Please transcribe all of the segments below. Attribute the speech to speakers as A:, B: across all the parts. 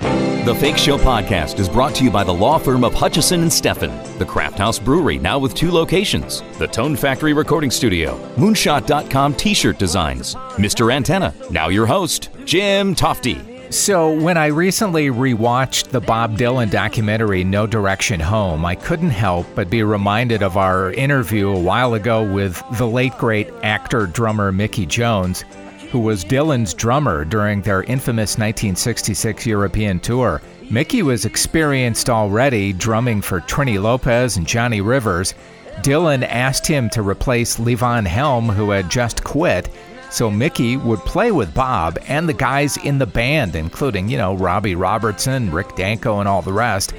A: The Fake Show podcast is brought to you by the law firm of Hutchison and Steffen, the Craft House Brewery, now with two locations, the Tone Factory Recording Studio, Moonshot.com T-shirt designs, Mr. Antenna. Now your host, Jim Tofty.
B: So, when I recently rewatched the Bob Dylan documentary No Direction Home, I couldn't help but be reminded of our interview a while ago with the late great actor drummer Mickey Jones, who was Dylan's drummer during their infamous 1966 European tour. Mickey was experienced already drumming for Trini Lopez and Johnny Rivers. Dylan asked him to replace Levon Helm, who had just quit, so Mickey would play with Bob and the guys in the band, including, you know, Robbie Robertson, Rick Danko, and all the rest.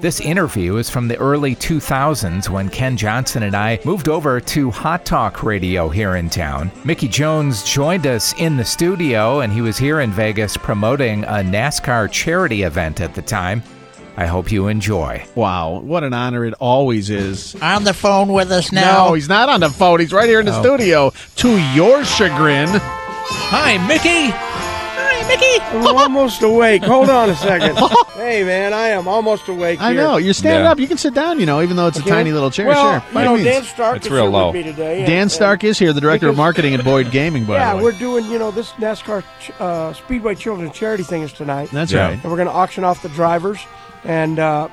B: This interview is from the early 2000s when Ken Johnson and I moved over to Hot Talk Radio here in town. Mickey Jones joined us in the studio, and he was here in Vegas promoting a NASCAR charity event at the time. I hope you enjoy.
C: Wow, what an honor it always is.
D: on the phone with us now.
C: No, he's not on the phone. He's right here
E: Oh.
C: in the studio. To your chagrin,
B: Hi, Mickey!
E: I'm almost awake. Hold on a second. hey, man, I am almost awake.
C: I
E: here.
C: know you're standing
F: Yeah.
C: up. You can sit down, you know, even though it's a tiny little chair.
E: Well,
C: sure,
E: you
C: by
E: know,
C: all means.
E: Dan Stark
F: It's
E: is
F: real
E: here
F: low.
E: with me today. and-
C: Dan
E: and-
C: Stark is here, the director of
E: Because-
C: marketing at Boyd Gaming. By
E: Yeah,
C: the way,
E: we're doing you know this NASCAR ch- uh, Speedway Children's Charity thing is tonight,
C: that's
F: Yeah.
C: right.
E: and we're going to auction off the drivers. And uh,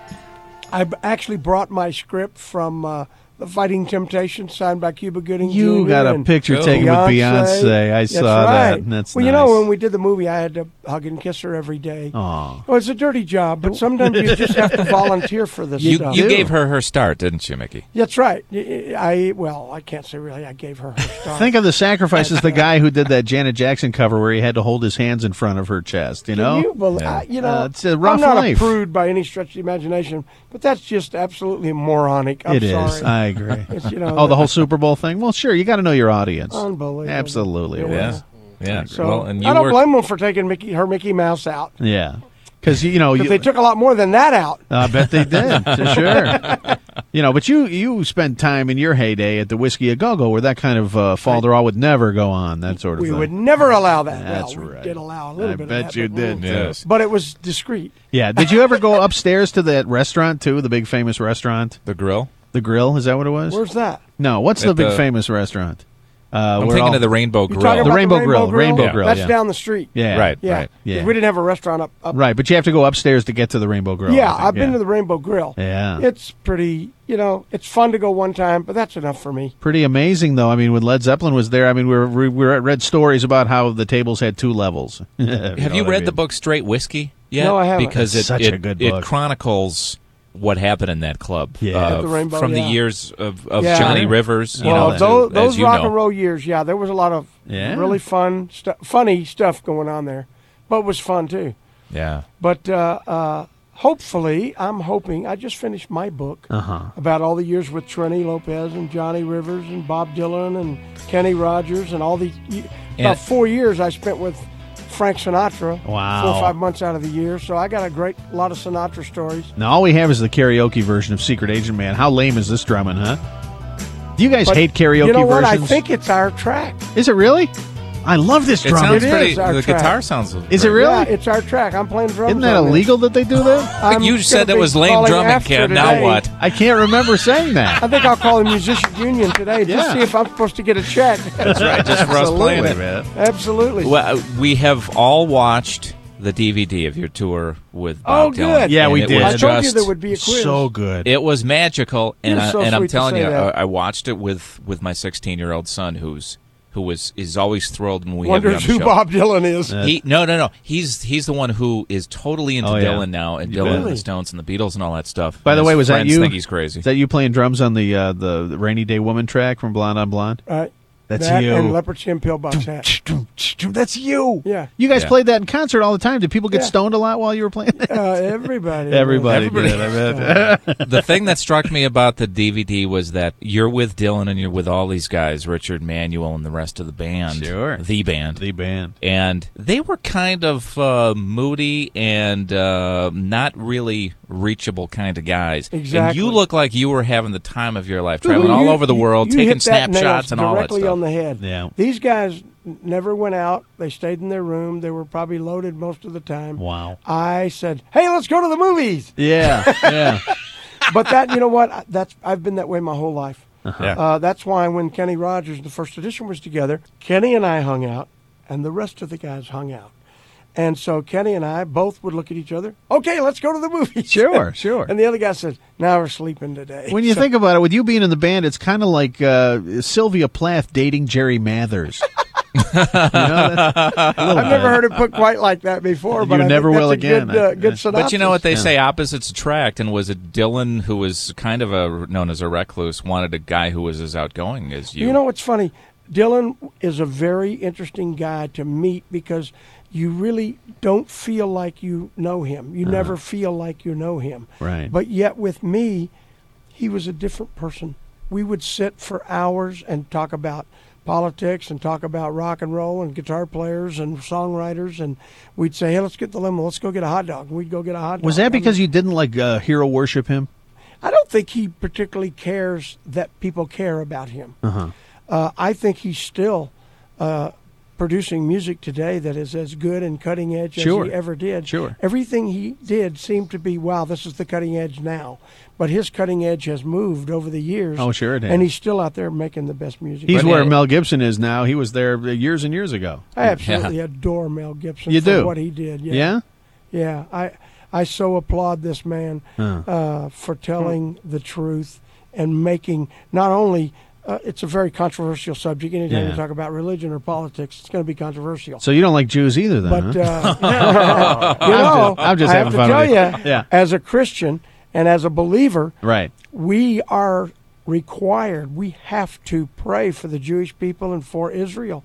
E: I b- actually brought my script from uh, the Fighting Temptation, signed by Cuba Gooding.
C: You
E: Jr.
C: got a
E: and
C: picture
F: Cool.
C: taken with
E: Beyonce.
C: Beyonce. I
E: That's
C: saw
E: right.
C: that. and That's nice.
E: well, you know, when we did the movie, I had to hug and kiss her every day.
C: Aw.
E: Well, it's a dirty job, but sometimes you just have to volunteer for this
F: You,
E: stuff.
F: you gave her her start, didn't you, Mickey?
E: That's right. I, I- well, I can't say really. I gave her her star.
C: Think of the sacrifices the guy who did that Janet Jackson cover where he had to hold his hands in front of her chest. You know,
E: Can you, believe, I, you know,
C: Uh, it's a rough
E: I'm not
C: life.
E: a prude by any stretch of the imagination, but that's just absolutely moronic. I'm
C: It is.
E: sorry.
C: I agree.
E: It's, you know,
C: oh, the whole Super Bowl thing. Well, sure, you got to know your audience.
E: Unbelievable.
C: Absolutely. it
F: Yeah.
C: was.
F: Yeah.
E: So
F: well, and you
E: I don't
F: were
E: blame them for taking Mickey, her Mickey Mouse out.
C: Yeah. Because you know,
E: But
C: you,
E: they took a lot more than that out.
C: I bet they did for sure. You know, but you you spent time in your heyday at the Whiskey a Go Go, where that kind of uh, falderall would never go on. That sort of
E: We
C: thing.
E: would never allow that.
C: That's
E: well,
C: right.
E: We did allow a little
C: I
E: bit.
C: bet
E: of that,
C: you
E: but-
C: did.
F: Yes.
E: But it was discreet.
C: Yeah. Did you ever go upstairs to that restaurant too? The big famous restaurant,
F: the grill.
C: the Grill. Is that what it was?
E: Where's that?
C: no. What's the
F: At
C: big
F: the-
C: famous restaurant? Uh,
E: Oh,
F: I'm
C: where
F: thinking
C: all-
F: of the Rainbow
E: You're talking
F: Grill.
E: about the
C: Rainbow Grill, Rainbow Grill,
E: That's
C: yeah.
E: down the street.
C: yeah.
F: Right.
E: Yeah.
C: Yeah.
E: We didn't have a restaurant up. up
C: Right. But you have to go upstairs to get to the Rainbow Grill.
E: yeah,
C: I think.
E: I've been to the Rainbow Grill.
C: Yeah.
E: It's pretty, you know, it's fun to go one time, but that's enough for me.
C: Pretty amazing, though. I mean, when Led Zeppelin was there, I mean, we were, we were read stories about how the tables had two levels.
F: Have
C: Oh,
F: you read the book Straight Whiskey? yet?
E: No, I haven't.
F: Because it,
C: It's such
F: it,
C: a good
F: it
C: book.
F: chronicles what happened in that club.
C: Yeah.
F: uh,
C: At
E: the Rainbow,
F: from
E: yeah.
F: the years of, of
E: Yeah.
F: Johnny Rivers. You
E: well,
F: know,
E: tho-
F: to-
E: those
F: as you
E: rock
F: know.
E: and roll years, yeah, there was a lot of
C: Yeah.
E: really fun, stu- funny stuff going on there, but it was fun too.
F: Yeah.
E: But uh, uh, hopefully, I'm hoping. I just finished my book
C: Uh-huh.
E: about all the years with Trini Lopez and Johnny Rivers and Bob Dylan and Kenny Rogers and all the
F: And-
E: about four years I spent with Frank Sinatra.
C: Wow.
E: four or five months out of the year. So I got a great lot of Sinatra stories.
C: Now all we have is the karaoke version of Secret Agent Man. How lame is this drumming, huh? Do you guys
E: But
C: hate karaoke
E: You know what? I
C: versions?
E: think it's our track.
C: is it really? I love this
F: It
C: drumming.
F: sounds
E: It
F: pretty.
E: is our
F: the
E: track.
F: guitar sounds.
C: Is it
F: very-
C: really?
E: Yeah, it's our track. I'm playing drums.
C: Isn't that
E: on this.
C: illegal that they do that?
E: I'm
F: You
E: gonna
F: said that
E: be
F: was lame
E: calling
F: drumming,
E: after
F: Ken. Now
E: today.
F: what?
C: I can't remember saying that.
E: I think I'll call the musicians union today just
C: Yeah.
E: to see if I'm supposed to get a check.
F: That's right. Just for us playing it.
E: Absolutely.
F: Well, uh, we have all watched the DVD of your tour with Bob
E: Oh,
F: Dylan.
E: good.
C: Yeah,
F: And
C: we
F: it
C: did.
F: was
E: I told you
F: just-
E: there would be a quiz.
C: So good.
F: It was magical, and
E: You're
F: I,
E: so
F: and I'm
E: sweet to
F: telling
E: say
F: you,
E: that.
F: I, I watched it with with my 16 year old son, who's who was is always thrilled when we
E: Wonders
F: have you on
E: who
F: the show.
E: Bob Dylan is.
F: He no no no. He's he's the one who is totally into
C: Oh, yeah.
F: Dylan now, and Dylan and the Stones and the Beatles and all that stuff.
C: By
F: And
C: the
F: his
C: way, was that
F: friends
C: you?
F: Think he's crazy.
C: Is that you playing drums on the uh, the the Rainy Day Woman track from Blonde on Blonde?
E: Right.
C: That's
E: Uh, that
C: you.
E: And leopard skin pillbox hat.
C: That's you.
E: Yeah.
C: You guys
F: Yeah.
C: played that in concert all the time. Did people get
E: Yeah.
C: stoned a lot while you were playing? that?
E: Uh, everybody.
C: Everybody,
F: Everybody.
C: did. I bet.
F: the thing that struck me about the DVD was that you're with Dylan and you're with all these guys, Richard Manuel and the rest of the band,
C: Sure.
F: the band,
C: the band.
F: and they were kind of uh, moody and uh, not really reachable kind of guys. And
E: Exactly.
F: you look like you were having the time of your life,
E: Well,
F: traveling all
E: you-
F: over the world,
E: you
F: taking
E: hit that nail
F: snapshots and all that
E: directly
F: stuff.
E: on the head.
C: Yeah.
E: These guys n- never went out. They stayed in their room. They were probably loaded most of the time.
C: Wow.
E: I said, "Hey, let's go to the movies."
C: Yeah, yeah.
E: But that, you know what? That's I've been that way my whole life.
C: Uh-huh.
F: Yeah.
E: Uh, that's why when Kenny Rogers and the first edition was together, Kenny and I hung out, and the rest of the guys hung out. And so Kenny and I both would look at each other. Okay, let's go to the movies.
C: Sure, sure.
E: and the other guy says, "Now we're sleeping today."
C: When you
E: So-
C: think about it, with you being in the band, it's kind of like uh, Sylvia Plath dating Jerry Mathers.
E: I've never heard it put quite like that before, but
C: You
E: I
C: never
E: think
C: will
E: that's a
C: again.
E: Good, uh,
C: I-
E: good synopsis.
F: But you know what they say: opposites attract. And was it Dylan, who was kind of a known as a recluse, wanted a guy who was as outgoing as you?
E: You know what's funny? Dylan is a very interesting guy to meet because you really don't feel like you know him. You never feel like you know him.
C: Uh-huh. Right.
E: But yet with me, he was a different person. We would sit for hours and talk about politics and talk about rock and roll and guitar players and songwriters and we'd say, Hey, let's get the limo, let's go get a hot dog. And we'd go get a hot dog.
C: Was
E: I
C: that
E: mean-
C: because you didn't like uh, hero worship him?
E: I don't think he particularly cares that people care about him.
C: Uh-huh.
E: uh I think he's still uh, producing music today that is as good and cutting edge as
C: Sure.
E: he ever did.
C: Sure.
E: Everything he did seemed to be, wow, this is the cutting edge now. But his cutting edge has moved over the years.
C: Oh, sure it
E: And
C: has.
E: he's still out there making the best music.
C: He's
E: But
C: where Mel Gibson is now. He was there years and years ago.
E: I absolutely adore Mel Gibson
C: You
E: for
C: do?
E: what he did.
C: Yeah.
E: Yeah, I I so applaud this man uh, for
C: Hmm.
E: telling the truth and making not only uh, it's a very controversial subject. Anytime
C: Yeah.
E: you talk about religion or politics, it's going to be controversial.
C: So you don't like Jews either, then?
E: but
C: huh?
E: uh, you know,
C: just- I'm just
E: I
C: having
E: have to
C: fun
E: tell
C: with
E: you,
C: you. Yeah.
E: as a Christian and as a believer,
C: Right.
E: we are required, we have to pray for the Jewish people and for Israel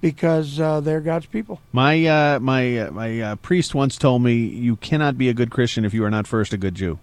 E: because uh, they're God's people.
C: My uh, my uh, my uh, priest once told me you cannot be a good Christian if you are not first a good Jew,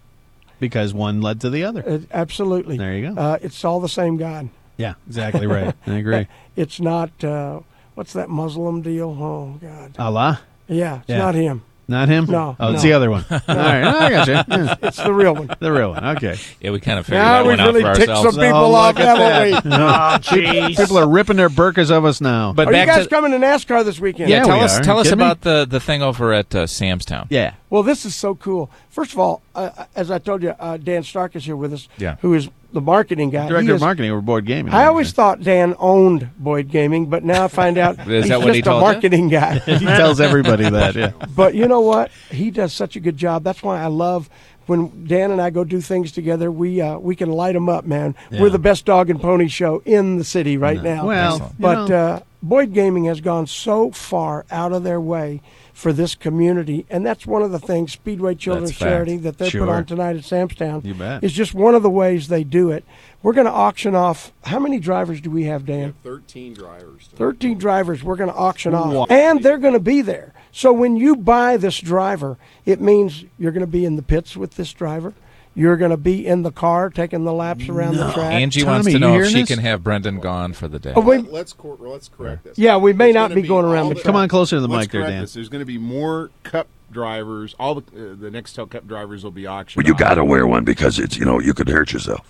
C: because one led to the other.
E: Uh, absolutely.
C: There you go.
E: Uh, it's all the same God.
C: Yeah, exactly right. I agree.
E: It's not uh, what's that Muslim deal? Oh God,
C: Allah,
E: yeah, it's
C: Yeah.
E: not him.
C: not him.
E: No,
C: oh, it's
E: no.
C: the other one. All right, I got you. Yeah,
E: It's the real one.
C: the real one. Okay. Oh,
F: yeah, we kind of figured
E: now
F: that
E: we
F: one
E: really
F: out for
E: ticked some
F: ourselves. Oh,
E: people Oh,
C: look
E: off,
C: at
E: haven't we?
C: People are ripping their burkas of us now.
F: but
E: Are you
F: back
E: guys
F: to
E: coming to NASCAR this weekend?
C: Yeah,
F: tell
C: we
F: us
C: are.
F: tell us
C: Kidding me?
F: about the the thing over at uh, Sam's Town.
C: yeah,
E: Well, this is so cool. First of all, uh, as I told you, uh, Dan Stark is here with us.
F: Yeah.
E: Who is the marketing guy?
C: director
E: He
C: of
E: is-
C: marketing over board gaming.
E: I always thought Dan owned Boyd Gaming, but now I find out
F: Is
E: he's
F: that what
E: just
F: he
E: a
F: told you?
E: marketing guy.
C: he tells everybody that. Yeah.
E: but you know what? He does such a good job. That's why I love when Dan and I go do things together. We uh, we can light them up, man. We're the best dog and pony show in the city right now.
C: Well, Excellent. you
E: but
C: know-
E: uh, Boyd Gaming has gone so far out of their way for this community, and that's one of the things Speedway Children's
F: fact.
E: Charity that they
C: Sure.
E: put on tonight at Samstown
C: You bet.
E: is just one of the ways they do it. We're going to auction off how many drivers do we have, Dan?
D: 13 drivers.
E: 13 drivers we're going to auction off and they're going to be there so when you buy this driver it means you're going to be in the pits with this driver you're going to be in the car taking the laps around the track
F: Angie
C: Tommy,
F: wants
C: you
F: to know if
C: hearing
F: she
C: this?
F: can have Brendan gone for the day.
E: Oh, wait,
D: Let's, cor- let's correct this.
E: yeah we may
D: It's
E: not
D: gonna
E: be going around
D: all
E: the
D: the-
E: track
C: Come on closer to the
D: Let's
C: mic, there,
D: correct
C: Dan.
D: this. There's going to be more cup drivers. All the uh, the Nextel cup drivers will be auctioned.
G: But you
D: off.
G: got to wear one because it's you know you could hurt yourself.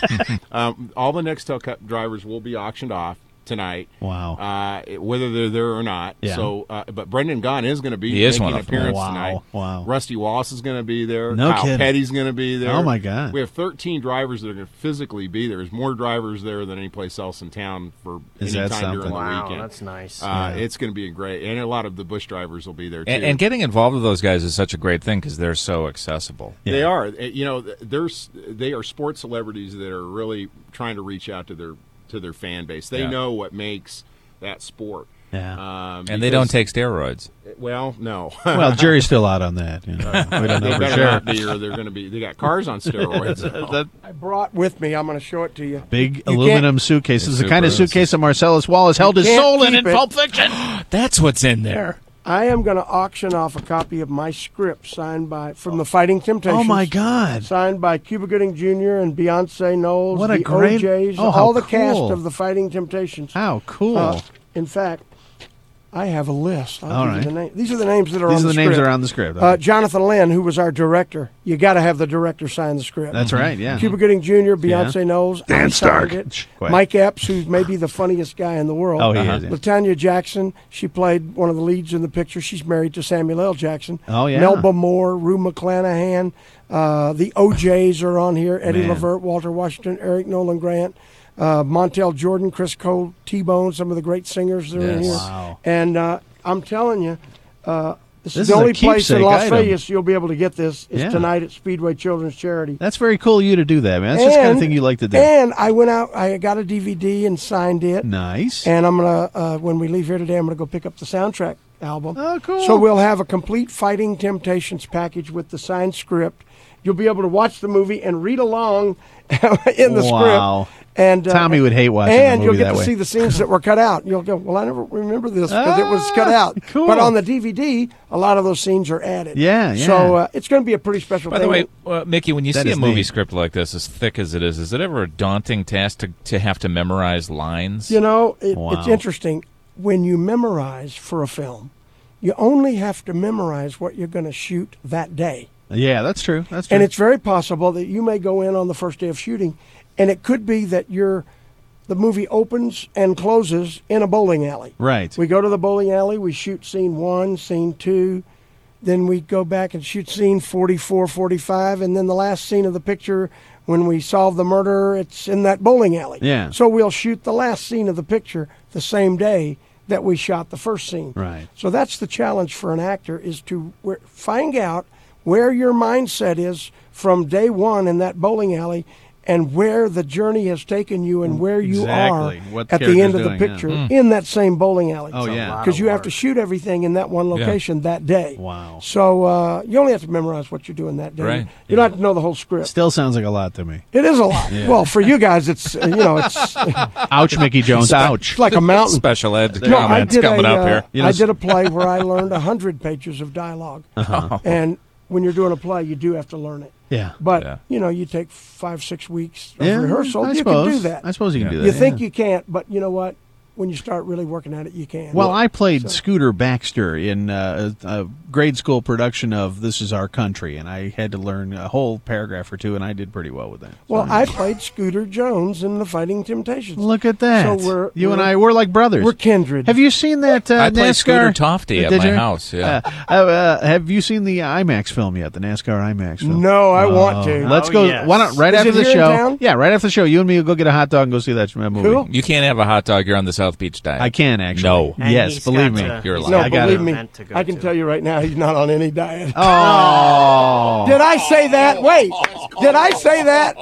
D: Um, all the Nextel cup drivers will be auctioned off tonight.
C: Wow.
D: Uh, it- whether they're there or not.
C: Yeah.
D: So, uh, but Brendan Gaughan is going to be
F: He is
D: making
F: one
D: an
F: of them.
D: appearance
C: Wow.
D: tonight.
C: Wow.
D: Rusty Wallace is going to be there.
C: No
D: Kyle
C: kidding.
D: Petty's going to be there.
C: Oh, my God.
D: We have 13 drivers that are going to physically be there. There's more drivers there than any place else in town for
C: Is
D: any
C: that
D: time during
C: something?
D: the
H: Wow,
D: weekend.
H: that's nice.
D: Uh, It's going to be a great, and a lot of the Bush drivers will be there too.
F: and, and getting involved with those guys is such a great thing because they're so accessible.
D: They are, Uh, you know, th- there's they are sports celebrities that are really trying to reach out to their to their fan base. They
F: Yeah.
D: know what makes that sport.
C: Yeah.
D: Um,
F: And they don't take steroids.
D: take. Well, no.
C: well, Jerry's still out on that. You know. We don't
D: they
C: know for
D: better
C: sure.
D: not be, or they're going to be. They got cars on steroids.
C: That
E: i brought with me i'm going to show it to you
C: big
E: can't-
C: aluminum suitcase. This is the kind of
F: super-
C: suitcase that Marcellus Wallace held his
E: can't
C: soul in
E: keep
C: in
E: it.
C: Pulp Fiction.
F: That's what's in there.
E: i am going to auction off a copy of my script signed by from the fighting temptations
C: Oh my God!
E: Signed by Cuba Gooding Jr. and Beyonce Knowles,
C: What a
E: the
C: great-
E: OJs,
C: Oh, how
E: all the cast
C: cool.
E: of the Fighting Temptations.
C: How cool!
E: Uh, in fact, I have a list. I'll
C: All
E: give you
C: right.
E: the name. These are the names that are
C: These are
E: on the
C: the
E: script.
C: names that are on the script.
E: Uh, Jonathan Lynn, who was our director. You got to have the director sign the script. Mm-hmm.
C: That's right. Yeah.
E: Cuba Gooding Jr., Beyonce Knowles,
G: Dan
E: I signed
G: Stark.
E: it.
C: Quite.
E: Mike Epps, who's maybe the funniest guy in the world.
C: Oh, he is, yeah.
E: Latanya Jackson, she played one of the leads in the picture. She's married to Samuel L. Jackson.
C: Oh, yeah.
E: Melba Moore, Rue McClanahan, uh, the OJs are on here. Eddie
C: Man.
E: Lavert, Walter Washington, Eric Nolan Grant. Uh, Montel Jordan, Chris Cole, T Bone, some of the great singers that are in
F: Yes.
E: here.
C: Wow.
E: And uh, I'm telling you, uh, this,
C: This
E: is the
C: is a
E: only place in
C: keepsake
E: Las
C: item.
E: Vegas you'll be able to get this. Is
C: Yeah.
E: tonight at Speedway Children's Charity.
C: That's very cool of you to do that, man. That's just the kind of
E: And-
C: thing you like to do.
E: And I went out. I got a DVD and signed it.
C: nice.
E: And I'm gonna uh, when we leave here today, I'm gonna go pick up the soundtrack album.
C: Oh, cool.
E: So we'll have a complete Fighting Temptations package with the signed script. You'll be able to watch the movie and read along in the
C: Wow.
E: script. And uh,
C: Tommy would hate watching the
E: And
C: movie
E: you'll get
C: that
E: to
C: way.
E: see the scenes that were cut out. You'll go, well, I never remember this because it was cut
C: Ah,
E: out.
C: cool.
E: But on the DVD, a lot of those scenes are added.
C: Yeah, yeah.
E: So uh, it's going to be a pretty special.
F: By
E: thing.
F: the way, uh, Mickey, when you
C: That
F: see a
C: is
F: movie
C: neat.
F: script like this, as thick as it is, is it ever a daunting task to, to have to memorize lines?
E: You know, it,
C: Wow.
E: it's interesting. When you memorize for a film, you only have to memorize what you're going to shoot that day.
C: yeah, that's true. That's true.
E: And it's very possible that you may go in on the first day of shooting, and it could be that you're. The movie opens and closes in a bowling alley.
C: Right.
E: We go to the bowling alley, we shoot scene one, scene two, then we go back and shoot scene 44, 45, and then the last scene of the picture, when we solve the murder, it's in that bowling alley.
C: Yeah.
E: So we'll shoot the last scene of the picture the same day that we shot the first scene.
C: Right.
E: So that's the challenge for an actor is to where, find out where your mindset is from day one in that bowling alley and where the journey has taken you and where you
C: Exactly.
E: are
C: What the
E: at the
C: character's
E: end of the
C: doing, yeah. Hmm.
E: picture in that same bowling alley.
C: Oh, It's a yeah. lot of
E: Because you have to shoot everything in that one location that day.
C: Wow.
E: So uh, you only have to memorize what you're doing that day.
F: Right.
E: You don't have to know the whole script.
C: Still sounds like a lot to me.
E: It is a lot. Well, for you guys, it's uh, you know, it's, it's
C: Ouch, Mickey Jones. Ouch.
E: like a mountain.
F: Special ed
E: No, I
F: comments
E: did
F: coming
E: a,
F: up
E: uh,
F: here.
C: You know,
E: I did a play where I learned hundred pages of dialog
C: Uh-huh.
E: and when you're doing a play, you do have to learn it.
C: Yeah.
E: But
F: Yeah.
E: you know, you take five six weeks of
C: Yeah,
E: rehearsal.
C: I
E: you
C: suppose.
E: can do that.
C: I suppose you can do that.
E: you think
C: yeah.
E: you can't, but you know what? When you start really working at it, you can.
C: Well, I played Scooter Baxter in uh, a, a grade school production of This Is Our Country, and I had to learn a whole paragraph or two, and I did pretty well with that.
E: well,
C: So-
E: I played Scooter Jones in The Fighting Temptations.
C: Look at that.
E: So we're
C: you and
E: we're-
C: I we're like brothers.
E: we're kindred.
C: Have you seen that uh,
F: I played
C: NASCAR?
F: Scooter Tofty at
C: Did
F: my
C: you?
F: house, yeah.
C: Uh, uh, have you seen the IMAX film yet? The NASCAR IMAX film.
E: No, I want to.
C: Let's
H: Oh,
C: go.
H: yes.
C: Why not? Right
E: Is
C: after
E: it
C: the
E: here in
C: show.
E: town?
C: Yeah, right after the show, you and me will go get a hot dog and go see that movie.
E: Cool.
F: You can't have a hot dog. You're on the South Beach diet.
C: I can actually.
F: No.
H: And
C: yes,
H: he's
C: believe me.
H: got to-
F: You're
H: he's
F: lying.
E: no,
C: I got
E: believe
C: it.
E: me,
H: Event to go
E: I can
H: to.
E: tell you right now, he's not on any diet.
C: Oh,
E: Did I say that? Wait,
H: Oh.
E: did I say that?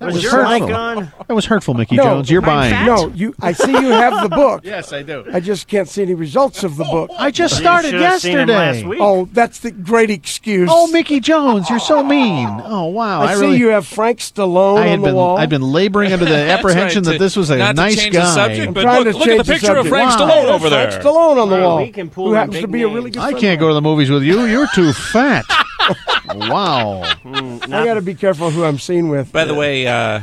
H: Was
C: was
H: your
C: hurtful.
H: mic on?
C: that was hurtful, Mickey
E: No.
C: Jones. You're buying.
E: No, you. I see you have the book.
C: Yes, I do.
E: I just can't see any results of the book.
C: I just
H: You
C: started
H: should have seen him
C: yesterday.
H: last week.
E: Oh, that's the great excuse.
C: Oh, Mickey Jones, you're so mean. Oh, wow.
E: I, see
C: really,
E: you have Frank Stallone
C: I had
E: on the
C: been,
E: wall.
C: I've been laboring under the
F: That's right,
C: apprehension
F: to-
C: that this was a
F: not to
C: nice
F: change
C: guy.
F: The subject, but
E: trying to
F: look, look at
E: change the
F: the picture of
E: subject.
F: Frank
C: Wow.
E: Hey,
F: Stallone
E: there's
F: over there.
E: Frank Stallone on the
H: Well,
E: wall.
H: we can pull
E: who
H: in
E: happens
H: big
E: to be a really
H: names.
E: good.
C: I
E: friend of
C: can't
E: mine.
C: go to the movies with you. You're too fat. wow.
E: I got to be careful who I'm seen with.
F: By the way, uh,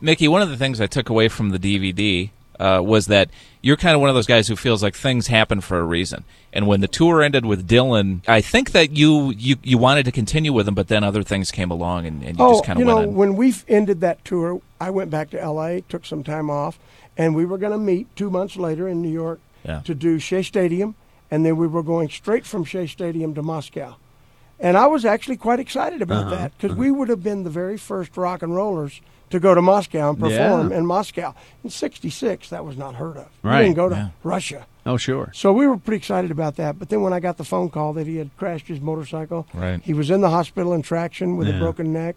F: Mickey, one of the things I took away from the DVD uh, was that you're kind of one of those guys who feels like things happen for a reason. And when the tour ended with Dylan, I think that you you, you wanted to continue with him, but then other things came along and, and you
E: oh,
F: just kind
E: you
F: of
E: know,
F: went on.
E: when we f- ended that tour, I went back to L.A., took some time off, and we were going to meet two months later in New York
F: Yeah.
E: to do Shea Stadium, and then we were going straight from Shea Stadium to Moscow. And I was actually quite excited about
F: Uh-huh.
E: that because we would have been the very first rock and rollers to go to Moscow and perform
C: Yeah.
E: in Moscow. In '66, that was not heard of.
C: Right,
E: We didn't go to Russia.
C: Oh, sure.
E: So we were pretty excited about that. But then when I got the phone call that he had crashed his motorcycle,
F: Right.
E: he was in the hospital in traction with a broken neck.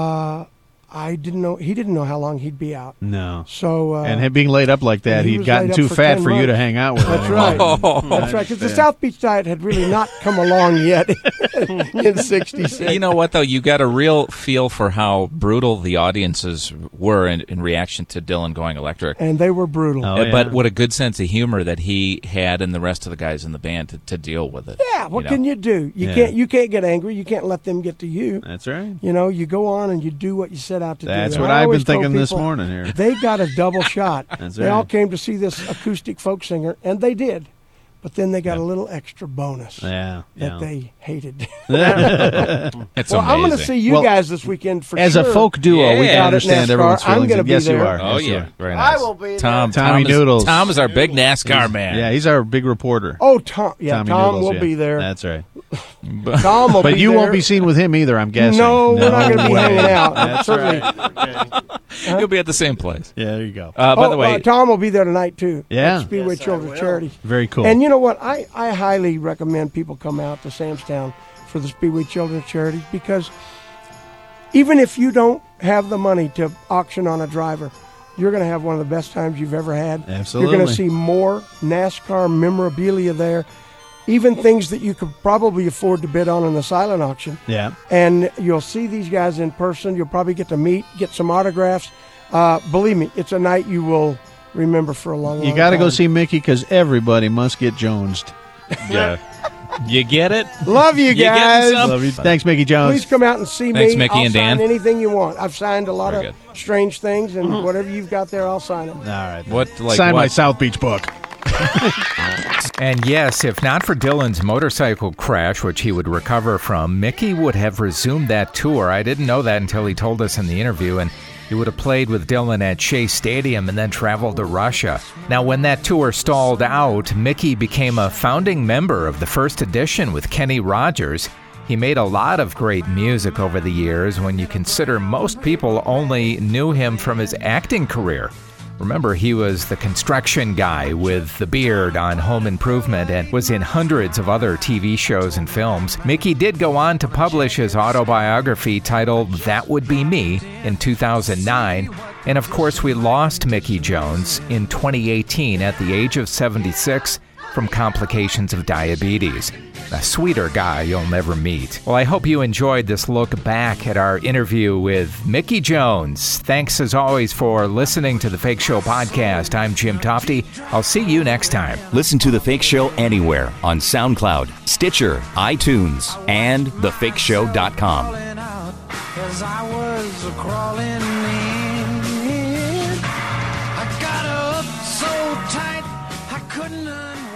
E: Uh, I didn't know he didn't know how long he'd be out.
C: No.
E: So uh,
C: And him being laid up like that,
E: he
C: he'd
E: was
C: gotten
E: laid up
C: too
E: for
C: fat
E: 10
C: for you to
E: months.
C: hang out with. Oh,
E: that's
C: anymore.
E: right.
C: I
E: That's right. Because the
C: understand.
E: South Beach diet had really not come along yet in '66.
F: You know what though? You got a real feel for how brutal the audiences were in, in reaction to Dylan going electric. Uh,
E: and they were brutal.
C: Oh, yeah.
F: But what a good sense of humor that he had, and the rest of the guys in the band to, to deal with it.
E: Yeah. What
F: know?
E: can you do? You
C: Yeah.
E: can't. You can't get angry. You can't let them get to you.
C: That's right.
E: You know, you go on and you do what you set out to do.
C: That's
E: And
C: what
E: I
C: I've been
E: always tell
C: thinking this
E: people,
C: morning here.
E: They got a double shot.
C: That's
E: they
C: right.
E: all came to see this acoustic folk singer, and they did. but then they got a little extra bonus
C: Yeah.
E: that
C: yeah.
E: they hated.
F: It's
E: well, I'm going to
F: amazing.
E: see you
C: Well,
E: guys this weekend for
C: As
E: sure.
C: a folk duo, we
F: Yeah.
C: can understand
E: NASCAR,
C: everyone's
E: I'm
C: feelings.
E: gonna
C: and
E: be
C: yes, you
E: there.
C: are.
F: Oh
C: Yes, you
F: yeah,
C: are.
F: very
E: I
F: nice.
E: will be
F: Tom,
C: there.
F: Tom
C: Tommy
F: is,
C: Noodles.
F: Tom is our big NASCAR man.
C: Yeah, he's our big reporter.
E: Oh, Tom. Yeah,
C: Tommy
E: Tom
C: Noodles,
E: will
C: yeah.
E: be there.
C: That's right.
E: Tom will
C: But
E: be
C: you
E: there.
C: won't be seen with him either, I'm guessing.
E: No, we're not
C: No
E: going to be
C: way.
E: hanging out.
C: That's
E: Certainly.
C: right.
F: He'll be at the same place.
C: Yeah, there you go.
F: Uh, by
E: Oh,
F: the way,
E: uh, Tom will be there tonight too.
C: Yeah.
E: at Speedway Children's Charity.
C: Very cool.
E: And you know what? I, I highly recommend people come out to Samstown for the Speedway Children's Charity because even if you don't have the money to auction on a driver, you're going to have one of the best times you've ever had. You're going
C: Absolutely.
E: to see more NASCAR memorabilia there, even things that you could probably afford to bid on in the silent auction
C: yeah.
E: and you'll see these guys in person. You'll probably get to meet, get some autographs. Uh, believe me, it's a night you will remember for a long, long
C: You got to go
E: time.
C: see Mickey because everybody must get jonesed.
F: yeah. you get it.
E: Love you
F: You getting
E: guys.
F: some?
C: Love you. Thanks, Mickey Jones.
E: Please come out and see
F: Thanks,
E: me.
F: Mickey
E: I'll
F: and
E: sign
F: Dan.
E: anything you want. I've signed a lot
F: Very Mm-hmm.
E: of strange things, and whatever you've got there, I'll sign it.
C: All right.
F: What like
C: Sign my
F: what?
C: South Beach book.
B: And yes, if not for Dylan's motorcycle crash, which he would recover from, Mickey would have resumed that tour. I didn't know that until he told us in the interview, and he would have played with Dylan at Shea Stadium and then traveled to Russia. Now, when that tour stalled out, Mickey became a founding member of the first edition with Kenny Rogers. He made a lot of great music over the years when you consider most people only knew him from his acting career. Remember, he was the construction guy with the beard on Home Improvement and was in hundreds of other TV shows and films. Mickey did go on to publish his autobiography titled That Would Be Me in 2009. And of course, we lost Mickey Jones in 2018 at the age of 76 from complications of diabetes. A sweeter guy you'll never meet. Well, I hope you enjoyed this look back at our interview with Mickey Jones. Thanks as always for listening to the Fake Show podcast. I'm Jim Tofty. I'll see you next time.
A: Listen to The Fake Show anywhere on SoundCloud, Stitcher, iTunes, and thefakeshow.com.
H: crawling out as I was a crawling in. I got up so tight I couldn't unwind.